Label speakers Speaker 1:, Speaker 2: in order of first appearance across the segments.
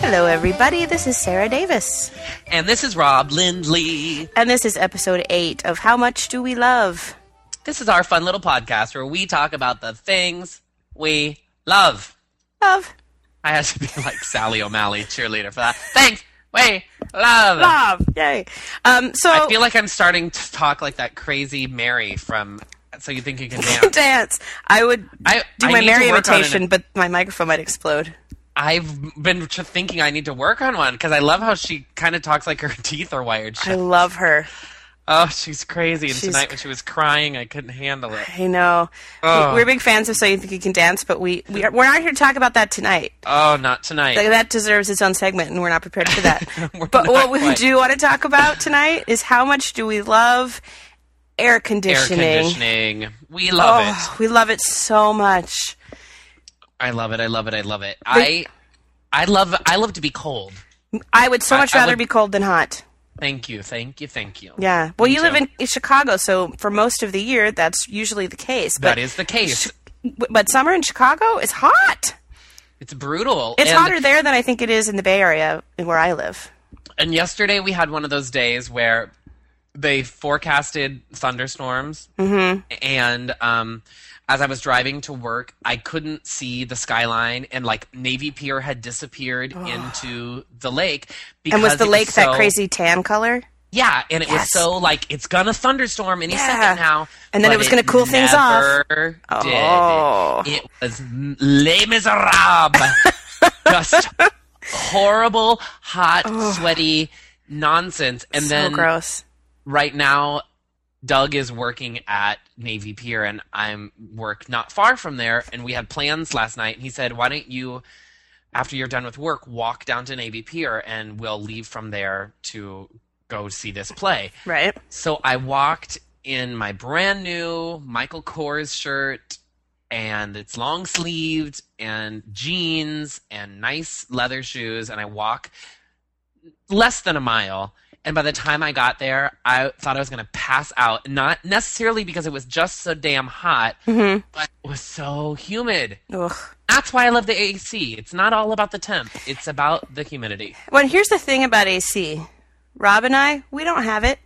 Speaker 1: Hello, everybody. This is Sarah Davis,
Speaker 2: And this is Rob Lindley.
Speaker 1: and this is episode eight of How Much Do We Love?
Speaker 2: This is our fun little podcast where we talk about the things we love.
Speaker 1: Love.
Speaker 2: I had to be like Sally O'Malley, cheerleader for that. Thanks. Wait, love.
Speaker 1: Love. Yay. Um, so,
Speaker 2: I feel like I'm starting to talk like that crazy Mary from So You Think You Can Dance.
Speaker 1: dance. I would
Speaker 2: I-
Speaker 1: do
Speaker 2: I
Speaker 1: my
Speaker 2: need to
Speaker 1: Mary
Speaker 2: work on an-
Speaker 1: imitation, but my microphone might explode.
Speaker 2: I've been t- thinking I need to work on one because I love how she kind of talks like her teeth are wired
Speaker 1: I
Speaker 2: shut.
Speaker 1: love her.
Speaker 2: Oh, she's crazy. And
Speaker 1: She's
Speaker 2: tonight when she was crying, I couldn't handle it.
Speaker 1: I know.
Speaker 2: Oh.
Speaker 1: We're big fans of So You Think You Can Dance, but we, we are, we're not here to talk about that tonight.
Speaker 2: Oh, not tonight.
Speaker 1: Like, that deserves its own segment, and we're not prepared for that.
Speaker 2: We're
Speaker 1: but
Speaker 2: not
Speaker 1: what we
Speaker 2: quite.
Speaker 1: do want to talk about tonight is how much do we love air
Speaker 2: Air
Speaker 1: conditioning?
Speaker 2: conditioning. We love it.
Speaker 1: Oh, we love it so much.
Speaker 2: I love it. I love it. I love it. I I love I love to be cold.
Speaker 1: I would so much
Speaker 2: I
Speaker 1: rather
Speaker 2: would-
Speaker 1: be cold than hot.
Speaker 2: Thank you. Thank you. Thank you.
Speaker 1: Yeah. Well,
Speaker 2: Me
Speaker 1: you live
Speaker 2: too.
Speaker 1: in, in Chicago, so for most of the year, that's usually the case. But
Speaker 2: That is the case.
Speaker 1: w- but summer in Chicago is hot.
Speaker 2: It's brutal.
Speaker 1: It's
Speaker 2: and,
Speaker 1: hotter there than I think it is in the Bay Area where I live.
Speaker 2: And yesterday we had one of those days where they forecasted thunderstorms, mm-hmm. and um, as I was driving to work, I couldn't see the skyline, and like Navy Pier had disappeared into the lake. Because
Speaker 1: And was the
Speaker 2: it
Speaker 1: lake that
Speaker 2: so-
Speaker 1: crazy tan color?
Speaker 2: Yeah, and it
Speaker 1: Yes.
Speaker 2: was so like it's gonna thunderstorm any
Speaker 1: Yeah.
Speaker 2: second now,
Speaker 1: And then it
Speaker 2: but
Speaker 1: was gonna cool things off.
Speaker 2: never Did.
Speaker 1: Oh.
Speaker 2: It was m- Les Miserables, just horrible, hot, sweaty nonsense. And
Speaker 1: so
Speaker 2: then
Speaker 1: gross.
Speaker 2: right now, Doug is working at Navy Pier, and I'm work not far from there. And we had plans last night, and he said, "Why don't you?" After you're done with work, walk down to Navy Pier and we'll leave from there to go see this play.
Speaker 1: Right.
Speaker 2: So I walked in my brand new Michael Kors shirt, and it's long sleeved, and jeans, and nice leather shoes, and I walk less than a mile. And by the time I got there, I thought I was going to pass out. Not necessarily because it was just so damn hot,
Speaker 1: Mm-hmm.
Speaker 2: but it was so humid.
Speaker 1: Ugh.
Speaker 2: That's why I love the AC. It's not all about the temp, it's about the humidity.
Speaker 1: Well, here's the thing about AC. Rob and I, we don't have it.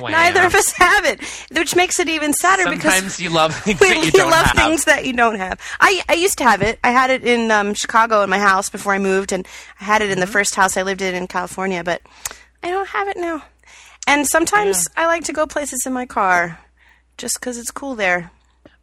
Speaker 1: Neither
Speaker 2: Wow.
Speaker 1: of us have it, which makes it even sadder because
Speaker 2: Sometimes you love things
Speaker 1: we,
Speaker 2: that you
Speaker 1: we
Speaker 2: don't
Speaker 1: love
Speaker 2: have.
Speaker 1: things that you don't have. I, I used to have it. I had it in um, Chicago in my house before I moved, and I had it
Speaker 2: Mm-hmm.
Speaker 1: in the first house I lived in in California, but I don't have it now. And sometimes I like to go places in my car just because it's cool there.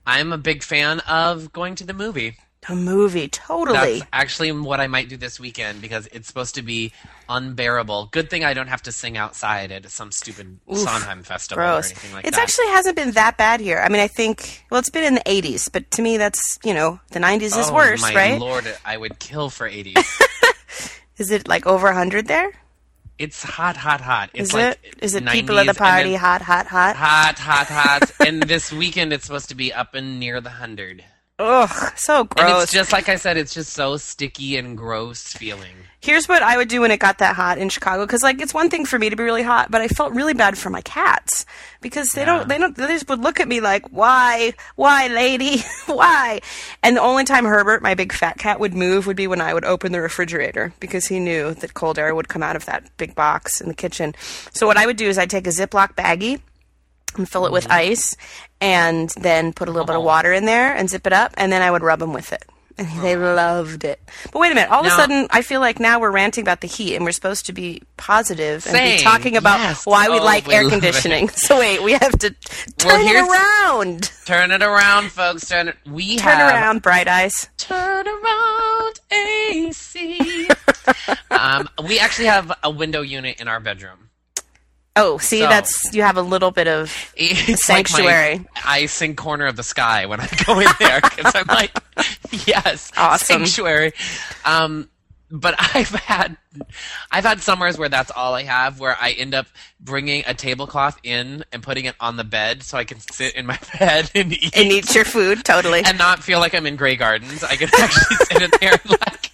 Speaker 2: I'm a big fan of going to the movie.
Speaker 1: A movie, totally.
Speaker 2: That's actually what I might do this weekend because it's supposed to be unbearable. Good thing I don't have to sing outside at some stupid Sondheim festival or
Speaker 1: Gross.
Speaker 2: anything like
Speaker 1: It
Speaker 2: that.
Speaker 1: actually hasn't been that bad here. I mean, I think, well, it's been in the 80s, but to me, that's, you know, the 90s is
Speaker 2: oh,
Speaker 1: worse,
Speaker 2: my
Speaker 1: right?
Speaker 2: lord, I would kill for 80.
Speaker 1: Is it like over 100 there?
Speaker 2: it's hot, hot, hot. It's
Speaker 1: Is
Speaker 2: like
Speaker 1: it? Is it people at the
Speaker 2: 90s, and then
Speaker 1: party, hot, hot, hot?
Speaker 2: Hot, hot, hot. and this weekend it's supposed to be up and near the 100.
Speaker 1: Ugh, so
Speaker 2: And
Speaker 1: gross.
Speaker 2: it's just like I said, it's just so sticky and gross feeling.
Speaker 1: Here's what I would do when it got that hot in Chicago, because like it's one thing for me to be really hot, but I felt really bad for my cats because they don't, they don't, they just would look at me like, why, why, lady, why? And the only time Herbert, my big fat cat, would move would be when I would open the refrigerator because he knew that cold air would come out of that big box in the kitchen. So what I would do is I'd take a Ziploc baggie and fill it with
Speaker 2: Mm-hmm.
Speaker 1: ice, and then put a little bit
Speaker 2: Uh-huh.
Speaker 1: of water in there and zip it up, and then I would rub them with it. And they loved it. But wait a minute! All of a
Speaker 2: Uh-huh. Now-
Speaker 1: sudden, I feel like now we're ranting about the heat, and we're supposed to be positive and
Speaker 2: Saying,
Speaker 1: be talking about
Speaker 2: yes,
Speaker 1: why we
Speaker 2: oh,
Speaker 1: like
Speaker 2: we
Speaker 1: air
Speaker 2: love it.
Speaker 1: conditioning. So wait, we have to
Speaker 2: Well,
Speaker 1: turn
Speaker 2: here's-
Speaker 1: it around.
Speaker 2: Turn it around, folks. Turn it. We
Speaker 1: Turn
Speaker 2: have
Speaker 1: around, bright eyes.
Speaker 2: Turn around, AC. um, we actually have a window unit in our bedroom.
Speaker 1: Oh, see,
Speaker 2: So-
Speaker 1: that's you have a little bit of.
Speaker 2: It's
Speaker 1: Sanctuary.
Speaker 2: Like my I sing corner of the sky when I go in there because I'm like, yes,
Speaker 1: Awesome.
Speaker 2: sanctuary. Um, but I've had, I've had summers where that's all I have, where I end up bringing a tablecloth in and putting it on the bed so I can sit in my bed and eat
Speaker 1: It needs your food totally.
Speaker 2: and not feel like I'm in Grey Gardens. I can actually sit in there and like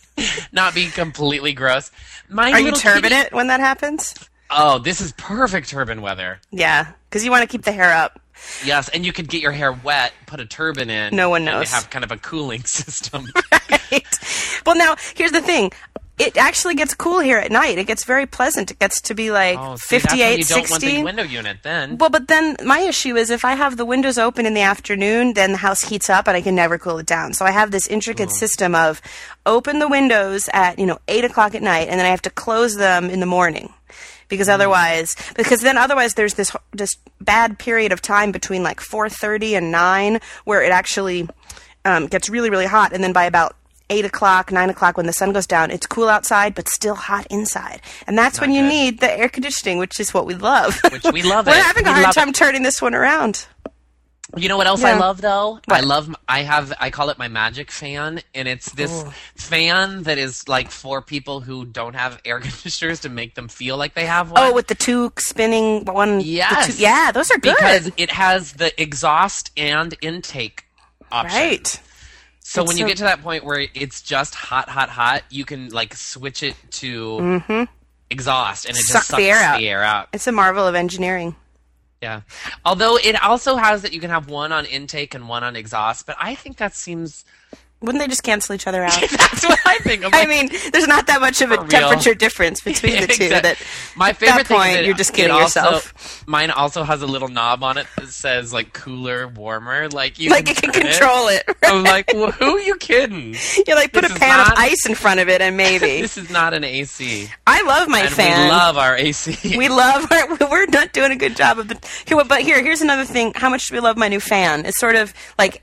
Speaker 2: not be completely gross. My
Speaker 1: Are you
Speaker 2: little
Speaker 1: turbing
Speaker 2: kitty-
Speaker 1: it when that happens?
Speaker 2: Oh, this is perfect turban weather.
Speaker 1: Yeah, because you want to keep the hair up.
Speaker 2: Yes, and you could get your hair wet, put a turban in.
Speaker 1: No one
Speaker 2: and they
Speaker 1: knows.
Speaker 2: Oh, have kind of a cooling system.
Speaker 1: Well, now here's the thing. it actually gets cool here at night. It gets very pleasant. It gets to be like
Speaker 2: Oh, see, that's when you
Speaker 1: fifty-eight,
Speaker 2: don't want the
Speaker 1: sixty. 58, 60.
Speaker 2: window unit then.
Speaker 1: Well, but then my issue is if I have the windows open in the afternoon, then the house heats up and I can never cool it down. So I have this intricate system of open the windows at, you know, eight o'clock at night and then I have to close them in the morning. Because otherwise, because then otherwise there's this, this bad period of time between like 4.30 and 9 where it actually um, gets really, really hot. And then by about eight o'clock, nine o'clock, when the sun goes down, it's cool outside, but still hot inside. And that's when you
Speaker 2: good.
Speaker 1: need the air conditioning, which is what we love.
Speaker 2: Which we love
Speaker 1: We're
Speaker 2: it.
Speaker 1: having a
Speaker 2: We
Speaker 1: hard
Speaker 2: love it.
Speaker 1: time turning this one around.
Speaker 2: You know what else I
Speaker 1: Yeah.
Speaker 2: love though? I
Speaker 1: What?
Speaker 2: love I have I call it my magic fan and it's this fan that is like for people who don't have air conditioners to make them feel like they have one.
Speaker 1: Oh, with the two spinning one. the
Speaker 2: Yes.
Speaker 1: two- yeah, those are good.
Speaker 2: because it has the exhaust and intake option.
Speaker 1: right.
Speaker 2: So
Speaker 1: It's
Speaker 2: when you
Speaker 1: so-
Speaker 2: get to that point where it's just hot, hot, hot, you can like switch it to exhaust, and it
Speaker 1: Mm-hmm. Suck
Speaker 2: just
Speaker 1: the
Speaker 2: sucks
Speaker 1: air out.
Speaker 2: The air out.
Speaker 1: It's a marvel of engineering.
Speaker 2: Yeah. Although it also has that you can have one on intake and one on exhaust, but I think that seems
Speaker 1: Wouldn't they just cancel each other out?
Speaker 2: that's what I think. I'm
Speaker 1: I
Speaker 2: like,
Speaker 1: mean, there's not that much of a
Speaker 2: For real.
Speaker 1: temperature difference between the two.
Speaker 2: exact-
Speaker 1: That
Speaker 2: my
Speaker 1: at
Speaker 2: favorite
Speaker 1: that
Speaker 2: thing
Speaker 1: point,
Speaker 2: is that
Speaker 1: you're just
Speaker 2: it
Speaker 1: kidding
Speaker 2: also-
Speaker 1: yourself.
Speaker 2: Mine also has a little knob on it that says like cooler, warmer. Like you
Speaker 1: like it can
Speaker 2: turn
Speaker 1: control it.
Speaker 2: I'm like, well, who are you kidding?
Speaker 1: You like put a
Speaker 2: This is
Speaker 1: pan of
Speaker 2: not-
Speaker 1: ice in front of it, and maybe
Speaker 2: This is not an AC.
Speaker 1: I love my
Speaker 2: And
Speaker 1: fan.
Speaker 2: we love our AC.
Speaker 1: We love our, we're not doing a good job of the here, but here here's another thing how much do we love my new fan it's sort of like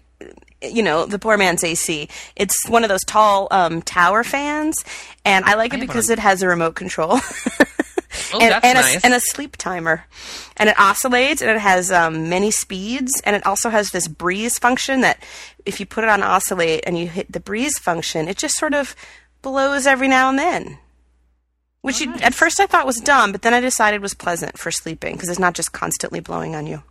Speaker 1: you know the poor man's AC it's one of those tall um, tower fans and I like it
Speaker 2: have
Speaker 1: because
Speaker 2: one.
Speaker 1: it has a remote control
Speaker 2: oh,
Speaker 1: and,
Speaker 2: that's
Speaker 1: and,
Speaker 2: nice.
Speaker 1: a, and a sleep timer and it oscillates and it has um, many speeds and it also has this breeze function that if you put it on oscillate and you hit the breeze function it just sort of blows every now and then which you, at first i thought was dumb but then i decided was pleasant for sleeping because it's not just constantly blowing on you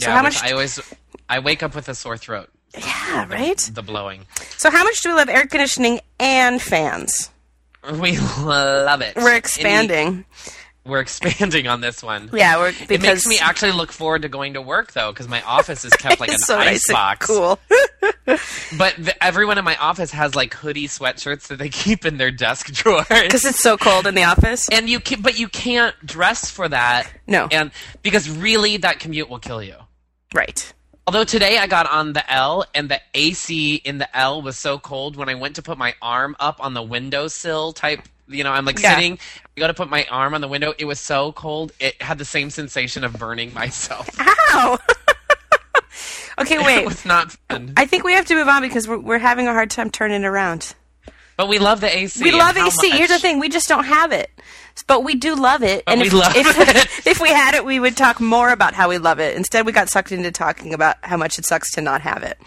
Speaker 2: yeah,
Speaker 1: so how
Speaker 2: which
Speaker 1: much
Speaker 2: I always I wake up with a sore throat.
Speaker 1: yeah right
Speaker 2: The blowing.
Speaker 1: so how much do we love air conditioning and fans
Speaker 2: We love it.
Speaker 1: we're expanding
Speaker 2: Any- we're expanding on this one.
Speaker 1: yeah we're because
Speaker 2: It makes me actually look forward to going to work though, because my office is kept like an
Speaker 1: it's so nice
Speaker 2: ice
Speaker 1: and
Speaker 2: box.
Speaker 1: cool
Speaker 2: But th everyone in my office has like hoodie sweatshirts that they keep in their desk drawers.
Speaker 1: because it's so cold in the office
Speaker 2: And you can, but you can't dress for that.
Speaker 1: No.
Speaker 2: And because really, that commute will kill you.
Speaker 1: right
Speaker 2: Although today I got on the L and the AC in the L was so cold when I went to put my arm up on the windowsill type, you know, I'm like
Speaker 1: Yeah.
Speaker 2: sitting, I got to put my arm on the window. It was so cold. It had the same sensation of burning myself.
Speaker 1: Ow! okay,
Speaker 2: It
Speaker 1: wait.
Speaker 2: was not fun.
Speaker 1: I think we have to move on because we're, we're having a hard time turning around.
Speaker 2: But we love the AC.
Speaker 1: We
Speaker 2: and
Speaker 1: love
Speaker 2: how
Speaker 1: AC. Here's the
Speaker 2: much.
Speaker 1: thing: we just don't have it, but we do love it. and
Speaker 2: we
Speaker 1: if,
Speaker 2: love
Speaker 1: if,
Speaker 2: it.
Speaker 1: if we had it, we would talk more about how we love it. Instead, we got sucked into talking about how much it sucks to not have it,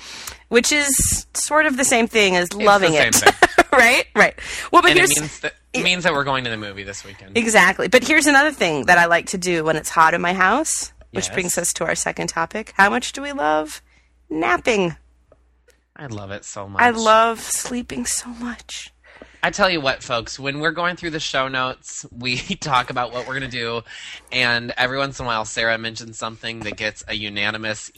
Speaker 1: which is sort of the same thing as loving
Speaker 2: same
Speaker 1: it,
Speaker 2: thing.
Speaker 1: right? Right. Well, but
Speaker 2: And
Speaker 1: here's
Speaker 2: it means that, it means that we're going to the movie this weekend.
Speaker 1: Exactly. But here's another thing that I like to do when it's hot in my house, which
Speaker 2: Yes.
Speaker 1: brings us to our second topic. How much do we love napping?
Speaker 2: I love it so much.
Speaker 1: I love sleeping so much.
Speaker 2: I tell you what, folks, when we're going through the show notes, we talk about what we're going to do. And every once in a while, Sarah mentions something that gets a unanimous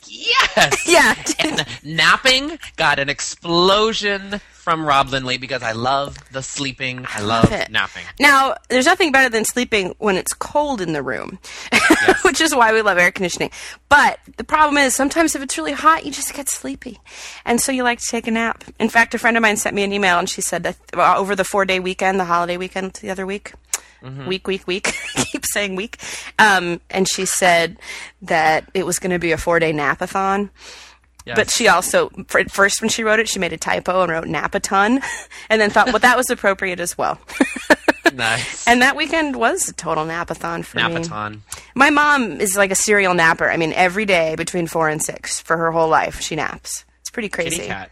Speaker 2: yes.
Speaker 1: Yeah.
Speaker 2: And napping got an explosion from Rob Lindley because I love the sleeping. I love,
Speaker 1: it.
Speaker 2: napping.
Speaker 1: now, there's nothing better than sleeping when it's cold in the room, which is why we love air conditioning. But the problem is sometimes if it's really hot, you just get sleepy. And so you like to take a nap. In fact, a friend of mine sent me an email and she said that uh, over the four day weekend, the holiday weekend the other week, week, week, week. I keep saying week. Um, and she said that it was going to be a four day napathon.
Speaker 2: Yes.
Speaker 1: But she also, for- at first when she wrote it, she made a typo and wrote napaton, and then thought, well, that was appropriate as well.
Speaker 2: nice.
Speaker 1: And that weekend was a total napathon for me.
Speaker 2: Napaton.
Speaker 1: My mom is like a serial napper. I mean, every day between four and six for her whole life, she naps. It's pretty crazy.
Speaker 2: Kitty cat.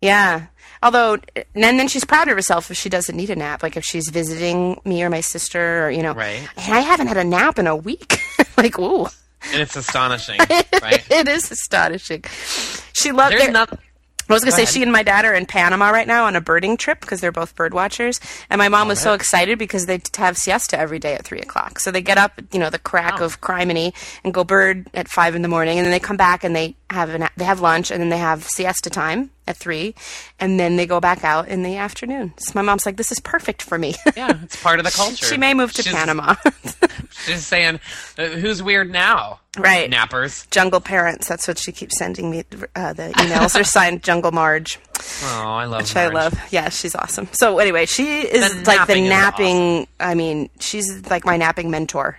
Speaker 1: Yeah. Although, and then she's proud of herself if she doesn't need a nap, like if she's visiting me or my sister, or you know.
Speaker 2: Right.
Speaker 1: And I haven't had a nap in a week. like, ooh,
Speaker 2: And it's astonishing, right?
Speaker 1: it is astonishing. She loved
Speaker 2: There's
Speaker 1: it.
Speaker 2: not.
Speaker 1: I was going to
Speaker 2: Go
Speaker 1: say
Speaker 2: ahead.
Speaker 1: she and my dad are in Panama right now on a birding trip because they're both bird watchers. And my mom was so excited because they t- have siesta every day at three o'clock. So they get up, at, you know, the
Speaker 2: Oh.
Speaker 1: crack of criminy and go bird at five in the morning, and then they come back and they have an they have lunch, and then they have siesta time at three, and then they go back out in the afternoon. So my mom's like, "This is perfect for me."
Speaker 2: Yeah, it's part of the culture.
Speaker 1: she may move to
Speaker 2: She's-
Speaker 1: Panama.
Speaker 2: She's saying, uh, "Who's weird now?"
Speaker 1: Right.
Speaker 2: Nappers.
Speaker 1: Jungle parents. That's what she keeps sending me uh, the emails. They're signed Jungle Marge.
Speaker 2: Oh, I love.
Speaker 1: which I
Speaker 2: Marge.
Speaker 1: love. Yeah, she's awesome. So anyway, she is
Speaker 2: The
Speaker 1: like the
Speaker 2: napping is
Speaker 1: napping. I mean, she's like my napping mentor.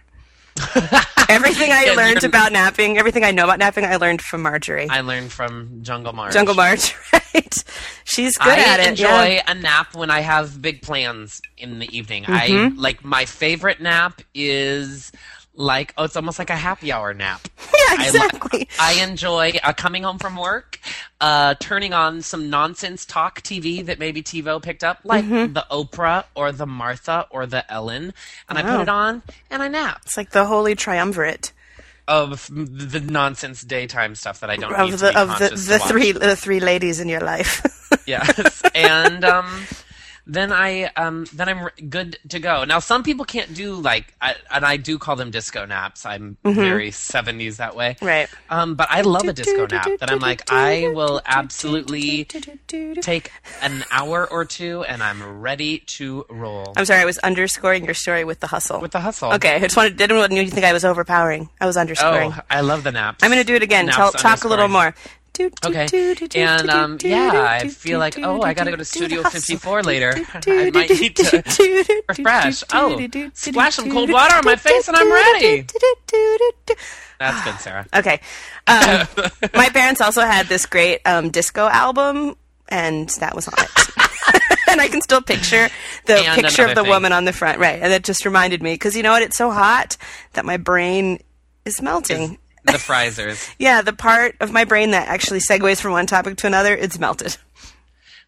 Speaker 1: everything I
Speaker 2: Yeah,
Speaker 1: learned
Speaker 2: you're-
Speaker 1: about napping, everything I know about napping, I learned from Marjorie.
Speaker 2: I learned from Jungle March.
Speaker 1: Jungle March, right? She's good
Speaker 2: I
Speaker 1: at it.
Speaker 2: enjoy
Speaker 1: yeah.
Speaker 2: a nap when I have big plans in the evening.
Speaker 1: Mm-hmm.
Speaker 2: I like my favorite nap is like oh, it's almost like a happy hour nap.
Speaker 1: Yeah,
Speaker 2: I li-
Speaker 1: exactly.
Speaker 2: I, enjoy uh, coming home from work, uh, turning on some nonsense talk TV that maybe TiVo picked up, like
Speaker 1: Mm-hmm.
Speaker 2: the Oprah or the Martha or the Ellen, and I
Speaker 1: Wow.
Speaker 2: put it on and I nap
Speaker 1: it's like the holy triumvirate
Speaker 2: of the nonsense daytime stuff that I don't need
Speaker 1: of
Speaker 2: to be
Speaker 1: the of the,
Speaker 2: conscious to
Speaker 1: the
Speaker 2: watch.
Speaker 1: three the three ladies in your life.
Speaker 2: Yes, and um, then I um, then I'm r- good to go. Now some people can't do like, I, and I do call them disco naps. I'm very '70s that way,
Speaker 1: Mm-hmm. Right.
Speaker 2: Um, but I love a disco nap. That I'm like, I will absolutely take an hour or two, and I'm ready to roll
Speaker 1: I'm sorry, I was underscoring your story with the hustle.
Speaker 2: with the hustle.
Speaker 1: Okay, I just wanted didn't want you to think I was overpowering. I was underscoring.
Speaker 2: Oh, I love the naps.
Speaker 1: I'm going to do it again.
Speaker 2: Naps
Speaker 1: Tell, talk a little
Speaker 2: underscoring.
Speaker 1: more. Do, do, do, do,
Speaker 2: Okay.
Speaker 1: do, do,
Speaker 2: And
Speaker 1: do,
Speaker 2: um,
Speaker 1: do, do,
Speaker 2: yeah, I
Speaker 1: do,
Speaker 2: feel
Speaker 1: do,
Speaker 2: like,
Speaker 1: do,
Speaker 2: oh,
Speaker 1: do,
Speaker 2: I got to
Speaker 1: do,
Speaker 2: go to
Speaker 1: do,
Speaker 2: Studio
Speaker 1: the hustle.
Speaker 2: 54 later.
Speaker 1: Do, do,
Speaker 2: I
Speaker 1: do,
Speaker 2: might
Speaker 1: do,
Speaker 2: need
Speaker 1: do, do,
Speaker 2: to
Speaker 1: do, do,
Speaker 2: refresh.
Speaker 1: do, do,
Speaker 2: Oh,
Speaker 1: do, do, do,
Speaker 2: splash
Speaker 1: do,
Speaker 2: some
Speaker 1: do,
Speaker 2: cold
Speaker 1: do,
Speaker 2: water
Speaker 1: do,
Speaker 2: on my
Speaker 1: do,
Speaker 2: face and I'm
Speaker 1: do, do,
Speaker 2: ready.
Speaker 1: do, do, do, do, do.
Speaker 2: That's good, Sarah.
Speaker 1: Okay. Um, my parents also had this great um, disco album, and that was on it. and I can still picture the
Speaker 2: And
Speaker 1: picture of the
Speaker 2: another thing.
Speaker 1: woman on the front, right? And that just reminded me because you know what? It's so hot that my brain is melting.
Speaker 2: The Friezers.
Speaker 1: Yeah, the part of my brain that actually segues from one topic to another, it's melted.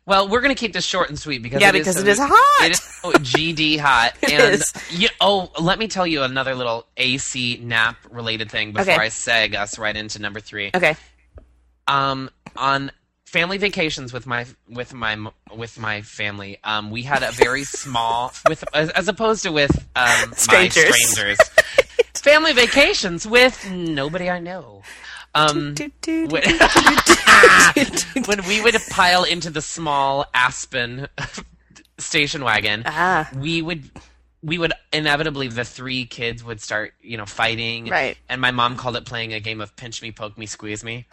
Speaker 2: Well, we're going to keep this short and sweet because
Speaker 1: Yeah,
Speaker 2: it is
Speaker 1: because
Speaker 2: so-
Speaker 1: it is hot.
Speaker 2: It is so GD hot.
Speaker 1: It
Speaker 2: and
Speaker 1: is.
Speaker 2: You, oh, let me tell you another little AC nap related thing before
Speaker 1: Okay.
Speaker 2: I seg us right into number three.
Speaker 1: Okay.
Speaker 2: um on family vacations with my with my m- with my family um we had a very small with as, as opposed to with um my
Speaker 1: Strangers.
Speaker 2: strangers family vacations with nobody i know um when, when we would pile into the small aspen station wagon
Speaker 1: Ah.
Speaker 2: we would we would inevitably the three kids would start you know fighting
Speaker 1: Right.
Speaker 2: and my mom called it playing a game of pinch me poke me squeeze me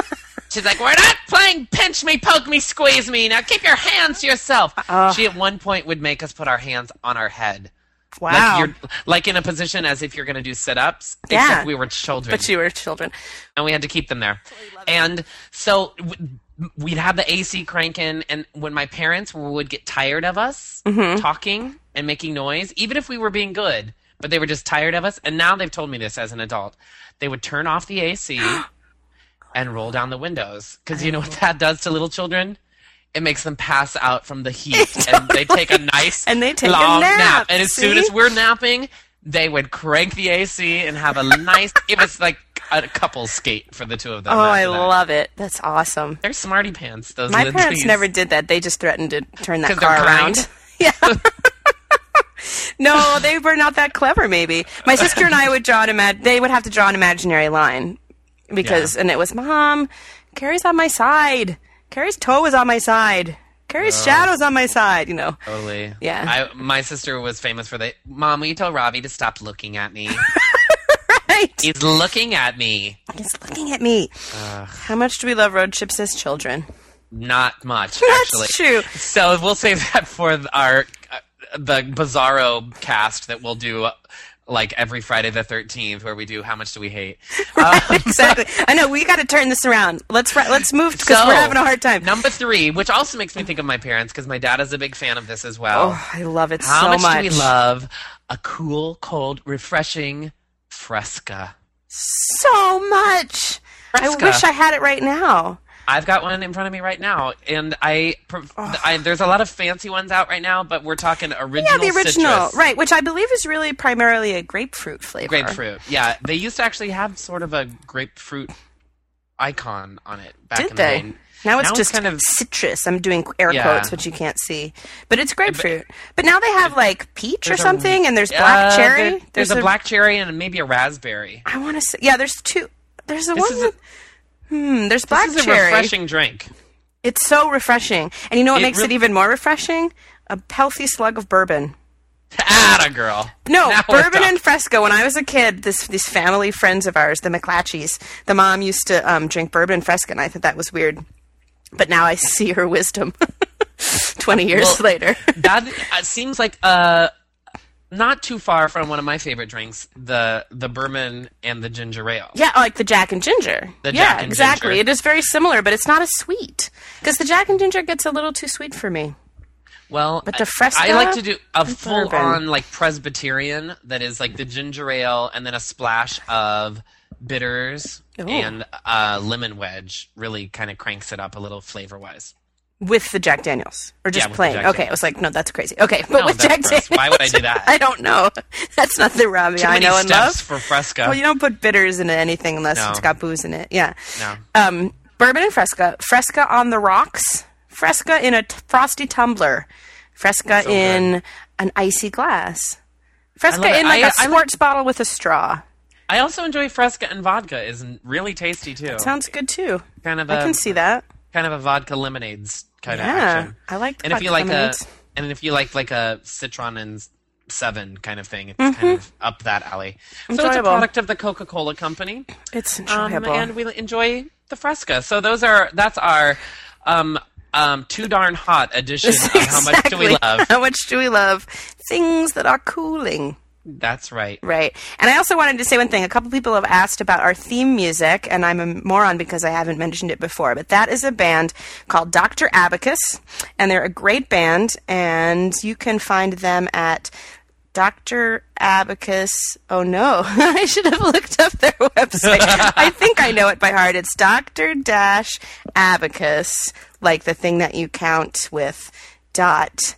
Speaker 2: she's like we're not playing pinch me poke me squeeze me now keep your hands to yourself
Speaker 1: Ugh.
Speaker 2: she at one point would make us put our hands on our head
Speaker 1: Wow.
Speaker 2: like you're like in a position as if you're going to do sit-ups
Speaker 1: Yeah.
Speaker 2: except we were children
Speaker 1: but you were children.
Speaker 2: and we had to keep them there. And so w- we'd have the AC cranking, and when my parents would get tired of us
Speaker 1: Mm-hmm.
Speaker 2: talking and making noise, even if we were being good, but they were just tired of us. And now they've told me this as an adult, they would turn off the AC and roll down the windows because you know what that does to little children. It makes them pass out from the heat, and they take a nice
Speaker 1: And they take a
Speaker 2: long
Speaker 1: nap,
Speaker 2: And as soon
Speaker 1: see?
Speaker 2: as we're napping, they would crank the AC and have a nice. it was like a couple skate for the two of them.
Speaker 1: Oh, I
Speaker 2: after that.
Speaker 1: love it. That's awesome.
Speaker 2: They're smarty pants. Those
Speaker 1: My
Speaker 2: Lindsays.
Speaker 1: parents never did that. They just threatened to turn that
Speaker 2: 'Cause they're
Speaker 1: car around.
Speaker 2: kind?
Speaker 1: Yeah. no, they were not that clever. Maybe my sister and I would draw an imag- They would have to draw an imaginary line because,
Speaker 2: Yeah.
Speaker 1: and it was, "Mom, Carrie's on my side. Carrie's toe is on my side. Carrie's shadow's on my side." You know.
Speaker 2: Totally.
Speaker 1: Yeah.
Speaker 2: I, my sister was famous for the. Mom, will you tell Robbie to stop looking at me?
Speaker 1: Right.
Speaker 2: He's looking at me.
Speaker 1: He's looking at me. How much do we love road trips as children?
Speaker 2: Not much,
Speaker 1: That's
Speaker 2: actually.
Speaker 1: true.
Speaker 2: So we'll save that for our uh, the Bizarro cast that we'll do uh, like every Friday the thirteenth, where we do how much do we hate. Um,
Speaker 1: exactly. I know we got to turn this around. Let's ri- let's move because
Speaker 2: So,
Speaker 1: we're having a hard time.
Speaker 2: Number three, which also makes me think of my parents because my dad is a big fan of this as well.
Speaker 1: Oh, I love it
Speaker 2: How
Speaker 1: so
Speaker 2: much,
Speaker 1: much.
Speaker 2: do we love a cool, cold, refreshing fresca?
Speaker 1: So much.
Speaker 2: Fresca.
Speaker 1: I wish I had it right now.
Speaker 2: I've got one in front of me right now, and I, pre- I there's a lot of fancy ones out right now, but we're talking original.
Speaker 1: Yeah, the original,
Speaker 2: citrus.
Speaker 1: right? Which I believe is really primarily a grapefruit flavor.
Speaker 2: Grapefruit. Yeah, they used to actually have sort of a grapefruit icon on it back
Speaker 1: Did
Speaker 2: in
Speaker 1: they?
Speaker 2: the day.
Speaker 1: Now it's
Speaker 2: Now it's
Speaker 1: just
Speaker 2: kind of-
Speaker 1: citrus. I'm doing air
Speaker 2: Yeah.
Speaker 1: quotes, which you can't see, but it's grapefruit. But now they have like peach or
Speaker 2: There's a-
Speaker 1: something, and there's black
Speaker 2: Uh,
Speaker 1: cherry.
Speaker 2: there- there's, a, black cherry and maybe a raspberry.
Speaker 1: I want to say yeah. There's two. There's a
Speaker 2: This
Speaker 1: one.
Speaker 2: is a-
Speaker 1: with- hmm. There's black
Speaker 2: This is a
Speaker 1: cherry.
Speaker 2: refreshing drink.
Speaker 1: It's so refreshing, and you know what
Speaker 2: It
Speaker 1: makes it
Speaker 2: really-
Speaker 1: even more refreshing? A healthy slug of bourbon.
Speaker 2: Atta girl.
Speaker 1: No,
Speaker 2: Now we're
Speaker 1: bourbon
Speaker 2: talking.
Speaker 1: and fresco. When I was a kid, this these family friends of ours, the McClatchies, the mom used to um, drink bourbon and fresco, and I thought that was weird. But now I see her wisdom. Twenty years
Speaker 2: Well-
Speaker 1: later,
Speaker 2: that uh, seems like uh not too far from one of my favorite drinks, the the bourbon and the ginger ale.
Speaker 1: yeah, like the Jack and Ginger.
Speaker 2: The
Speaker 1: yeah,
Speaker 2: Jack and
Speaker 1: exactly.
Speaker 2: Ginger.
Speaker 1: It is very similar, but it's not as sweet because the Jack and Ginger gets a little too sweet for me.
Speaker 2: Well,
Speaker 1: the
Speaker 2: I-
Speaker 1: Fresca
Speaker 2: I like to do a
Speaker 1: and
Speaker 2: full
Speaker 1: bourbon.
Speaker 2: on like Presbyterian that is like the ginger ale and then a splash of bitters
Speaker 1: Ooh.
Speaker 2: and uh, lemon wedge. Really kind of cranks it up a little flavor wise.
Speaker 1: With the Jack Daniels, or just
Speaker 2: Yeah, with the
Speaker 1: plain?
Speaker 2: Jack
Speaker 1: Okay, I
Speaker 2: Daniels.
Speaker 1: was like, no, that's crazy. Okay, but
Speaker 2: No,
Speaker 1: with
Speaker 2: Oh, that's
Speaker 1: Jack
Speaker 2: gross.
Speaker 1: Daniels,
Speaker 2: Why would I do that?
Speaker 1: I don't know. That's not the Rami I
Speaker 2: Too many
Speaker 1: know and
Speaker 2: steps
Speaker 1: love.
Speaker 2: for Fresca.
Speaker 1: Well, you don't put bitters into anything unless
Speaker 2: No.
Speaker 1: it's got booze in it. Yeah.
Speaker 2: No.
Speaker 1: Um, bourbon and Fresca. Fresca on the rocks. Fresca in a t- frosty tumbler. Fresca
Speaker 2: So
Speaker 1: in an icy glass. Fresca
Speaker 2: it.
Speaker 1: in like a
Speaker 2: I- I like-
Speaker 1: Schwartz bottle with a straw.
Speaker 2: I also enjoy Fresca and vodka. is really tasty too.
Speaker 1: Sounds good too.
Speaker 2: kind of
Speaker 1: I
Speaker 2: a-
Speaker 1: can see that.
Speaker 2: kind of a vodka lemonades kind
Speaker 1: Yeah,
Speaker 2: of action.
Speaker 1: I like
Speaker 2: and if you
Speaker 1: vodka
Speaker 2: like
Speaker 1: lemonades.
Speaker 2: a and if you like like a citron and seven kind of thing, it's kind of up that alley. So it's a
Speaker 1: Mm-hmm. Enjoyable.
Speaker 2: product of the Coca Cola Company,
Speaker 1: It's
Speaker 2: um,
Speaker 1: enjoyable.
Speaker 2: and we enjoy the Fresca. So those are that's our um, um, too darn hot edition of how much do we
Speaker 1: Exactly.
Speaker 2: love.
Speaker 1: How much do we love? Things that are cooling.
Speaker 2: That's right.
Speaker 1: Right. And I also wanted to say one thing. A couple people have asked about our theme music, and I'm a moron because I haven't mentioned it before, but that is a band called Dr. Abacus, and they're a great band, and you can find them at Dr. Abacus. Oh no, I should have looked up their website. I think I know it by heart. It's Dr. Dash Abacus, like the thing that you count with dot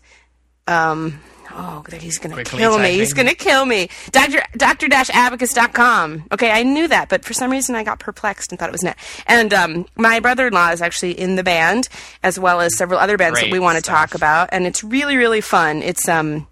Speaker 1: Oh, that he's gonna
Speaker 2: Quickly
Speaker 1: kill me. He's
Speaker 2: typing.
Speaker 1: gonna kill me. Doctor Doctor Abacus.com. Okay, I knew that, but for some reason I got perplexed and thought it was net. And um, my brother in law is actually in the band, as well as several other bands that
Speaker 2: Great
Speaker 1: we want to
Speaker 2: stuff.
Speaker 1: talk about, and it's really, really fun. It's um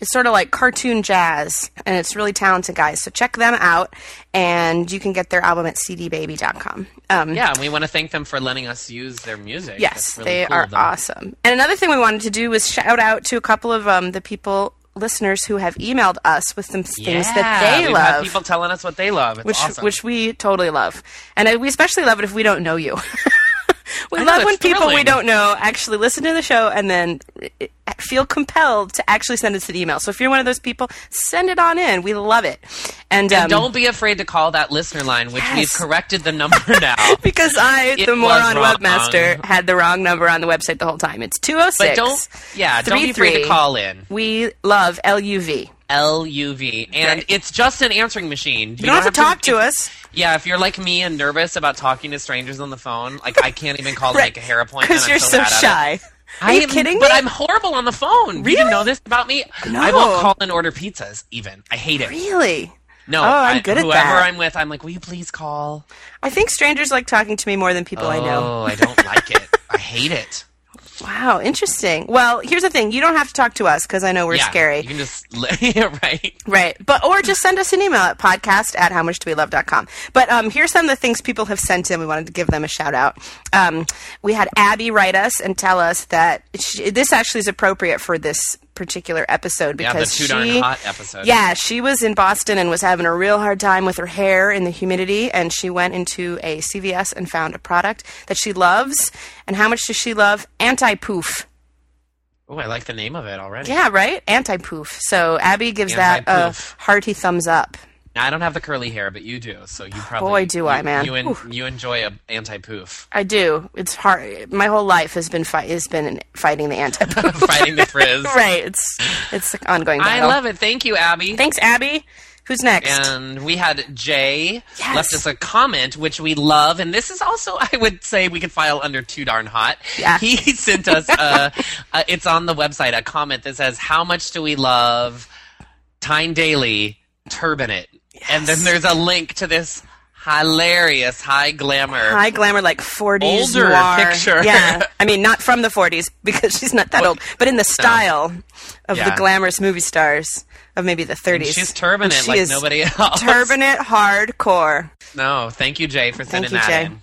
Speaker 1: it's sort of like cartoon jazz, and it's really talented guys. So check them out, and you can get their album at cdbaby.com. Um,
Speaker 2: Yeah, and we want to thank them for letting us use their music.
Speaker 1: Yes,
Speaker 2: That's really
Speaker 1: they
Speaker 2: cool
Speaker 1: are
Speaker 2: of them.
Speaker 1: awesome. And another thing we wanted to do was shout out to a couple of um, the people listeners who have emailed us with some things that
Speaker 2: Yeah,
Speaker 1: they
Speaker 2: we've had
Speaker 1: love,
Speaker 2: people telling us what they love. It's
Speaker 1: which
Speaker 2: awesome.
Speaker 1: which we totally love, and I- we especially love it if we don't know you. we
Speaker 2: know,
Speaker 1: love
Speaker 2: it's
Speaker 1: when people we
Speaker 2: thrilling.
Speaker 1: don't know actually listen to the show and then eh, feel compelled to actually send us an email. So if you're one of those people, send it on in. We love it, and, um,
Speaker 2: Don't be afraid to call that listener line, which we've
Speaker 1: Yes.
Speaker 2: corrected the number now.
Speaker 1: Because I,
Speaker 2: It
Speaker 1: the
Speaker 2: was
Speaker 1: moron
Speaker 2: wrong.
Speaker 1: webmaster, had the wrong number on the website the whole time. It's 206.
Speaker 2: But don't, yeah, do don't be afraid
Speaker 1: 33.
Speaker 2: to call in.
Speaker 1: We love LUV.
Speaker 2: L U V, and
Speaker 1: Right.
Speaker 2: it's just an answering machine. You,
Speaker 1: You don't have, to talk to, us.
Speaker 2: Yeah, if you're like me and nervous about talking to strangers on the phone, like I can't even call to
Speaker 1: Right.
Speaker 2: make a hair appointment
Speaker 1: because
Speaker 2: I'm
Speaker 1: you're so
Speaker 2: bad at it.
Speaker 1: shy. Are
Speaker 2: I
Speaker 1: you
Speaker 2: am-
Speaker 1: kidding
Speaker 2: But
Speaker 1: me?
Speaker 2: I'm horrible on the phone. You
Speaker 1: Really?
Speaker 2: didn't know this about me?
Speaker 1: No.
Speaker 2: I won't call and order pizzas. Even I hate it.
Speaker 1: really?
Speaker 2: No,
Speaker 1: Oh, I'm
Speaker 2: I-
Speaker 1: good at
Speaker 2: whoever
Speaker 1: that.
Speaker 2: I'm with, I'm like, will you please call?
Speaker 1: I think strangers like talking to me more than people I know.
Speaker 2: Oh, I don't like it. I hate it.
Speaker 1: Wow, interesting. Well, here's the thing: you don't have to talk to us because I know we're
Speaker 2: yeah,
Speaker 1: scary,
Speaker 2: You can just, li- yeah, right.
Speaker 1: right? But or just send us an email at podcast at howmuchdowelove.com. But um, here's some of the things people have sent in. We wanted to give them a shout out. Um, we had Abby write us and tell us that she, this actually is appropriate for this particular episode
Speaker 2: Yeah, the
Speaker 1: because
Speaker 2: too darn
Speaker 1: she
Speaker 2: hot episode.
Speaker 1: Yeah, she was in Boston and was having a real hard time with her hair in the humidity, and she went into a CVS and found a product that she loves. And how much does she love? Anti poof.
Speaker 2: Oh, I like the name of it already.
Speaker 1: Yeah, right? Anti poof. So Abby gives that a
Speaker 2: Anti-poof.
Speaker 1: hearty thumbs up.
Speaker 2: Now, I don't have the curly hair, but you do, so you probably
Speaker 1: Boy, do
Speaker 2: you,
Speaker 1: I, man.
Speaker 2: You, en-
Speaker 1: Oof.
Speaker 2: you enjoy a anti poof,
Speaker 1: I do. It's hard. My whole life has been fight has been fighting the anti poof.
Speaker 2: fighting the frizz.
Speaker 1: right. It's it's an ongoing
Speaker 2: I
Speaker 1: battle.
Speaker 2: love it. Thank you, Abby.
Speaker 1: Thanks, Abby. Who's next?
Speaker 2: and we had Jay
Speaker 1: Yes.
Speaker 2: left us a comment, which we love, and this is also, I would say, we could file under too darn hot.
Speaker 1: Yeah.
Speaker 2: He sent us a, a, it's on the website, a comment that says, "How much do we love Tyne Daily Turban It?" And then there's a link to this hilarious, high glamour.
Speaker 1: High glamour, like 40s
Speaker 2: Older
Speaker 1: noir.
Speaker 2: picture.
Speaker 1: Yeah. I mean, not from the 40s because she's not that
Speaker 2: Well,
Speaker 1: old, but in the style of
Speaker 2: Yeah.
Speaker 1: the glamorous movie stars of maybe the 30s.
Speaker 2: And she's turbinate
Speaker 1: And she
Speaker 2: like
Speaker 1: is
Speaker 2: nobody else.
Speaker 1: Turbinate hardcore.
Speaker 2: No, thank you, Jay, for sending
Speaker 1: Thank you,
Speaker 2: that
Speaker 1: Jay.
Speaker 2: in.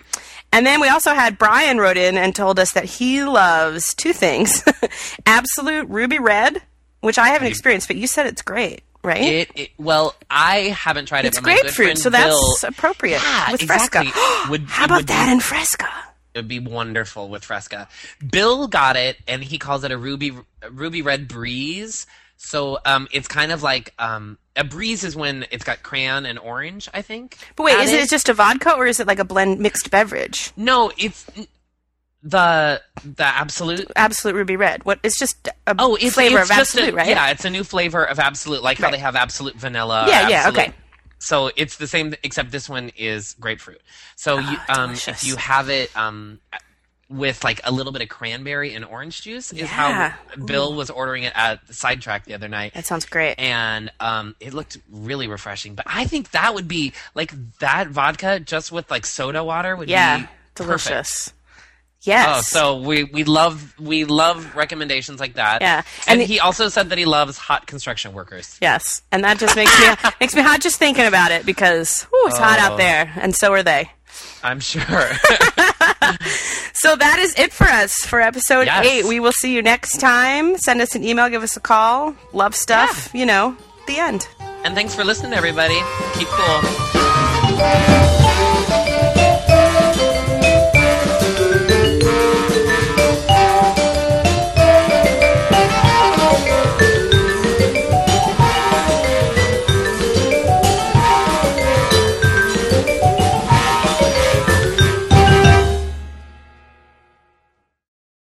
Speaker 1: And then we also had Brian wrote in and told us that he loves two things absolute ruby red, which I haven't experienced, but you said it's great, right?
Speaker 2: It, it well, I haven't tried it.
Speaker 1: it's
Speaker 2: but my good
Speaker 1: grapefruit,
Speaker 2: friend
Speaker 1: so that's
Speaker 2: Bill,
Speaker 1: appropriate
Speaker 2: Yeah,
Speaker 1: with
Speaker 2: exactly.
Speaker 1: Fresca.
Speaker 2: Would-
Speaker 1: How about
Speaker 2: would-
Speaker 1: that in Fresca?
Speaker 2: It would be wonderful with Fresca. Bill got it, and he calls it a ruby a ruby red breeze. So um, it's kind of like um, a breeze is when it's got crayon and orange. I think.
Speaker 1: But wait, is
Speaker 2: added.
Speaker 1: it just a vodka or is it like a blend mixed beverage?
Speaker 2: No, it's the the absolute.
Speaker 1: Absolute ruby red. What? It's just a
Speaker 2: Oh, it's
Speaker 1: flavor
Speaker 2: it's
Speaker 1: of
Speaker 2: just
Speaker 1: absolute,
Speaker 2: a,
Speaker 1: right?
Speaker 2: Yeah, it's a new flavor of absolute, like how
Speaker 1: Right.
Speaker 2: they have absolute vanilla. or
Speaker 1: Yeah, yeah,
Speaker 2: Absolute.
Speaker 1: okay.
Speaker 2: So it's the same, except this one is grapefruit. So you, um, if
Speaker 1: Ah, delicious.
Speaker 2: you have it um, with like a little bit of cranberry and orange juice, is
Speaker 1: Yeah.
Speaker 2: how Bill was ordering it at the sidetrack the other night.
Speaker 1: That sounds great.
Speaker 2: and um, it looked really refreshing. But I think that would be like that vodka just with like soda water would be
Speaker 1: yeah,
Speaker 2: perfect.
Speaker 1: delicious. Yes.
Speaker 2: Oh, so we, we love we love recommendations like that.
Speaker 1: Yeah. And
Speaker 2: and,
Speaker 1: the-
Speaker 2: he also said that he loves hot construction workers.
Speaker 1: yes, and that just makes me makes me hot just thinking about it because whew, it's hot
Speaker 2: Oh.
Speaker 1: out there, and so are they.
Speaker 2: I'm sure.
Speaker 1: So that is it for us for episode
Speaker 2: Yes.
Speaker 1: eight. We will see you next time. Send us an email, give us a call. Love stuff, you know. The end.
Speaker 2: and thanks for listening, everybody. Keep cool.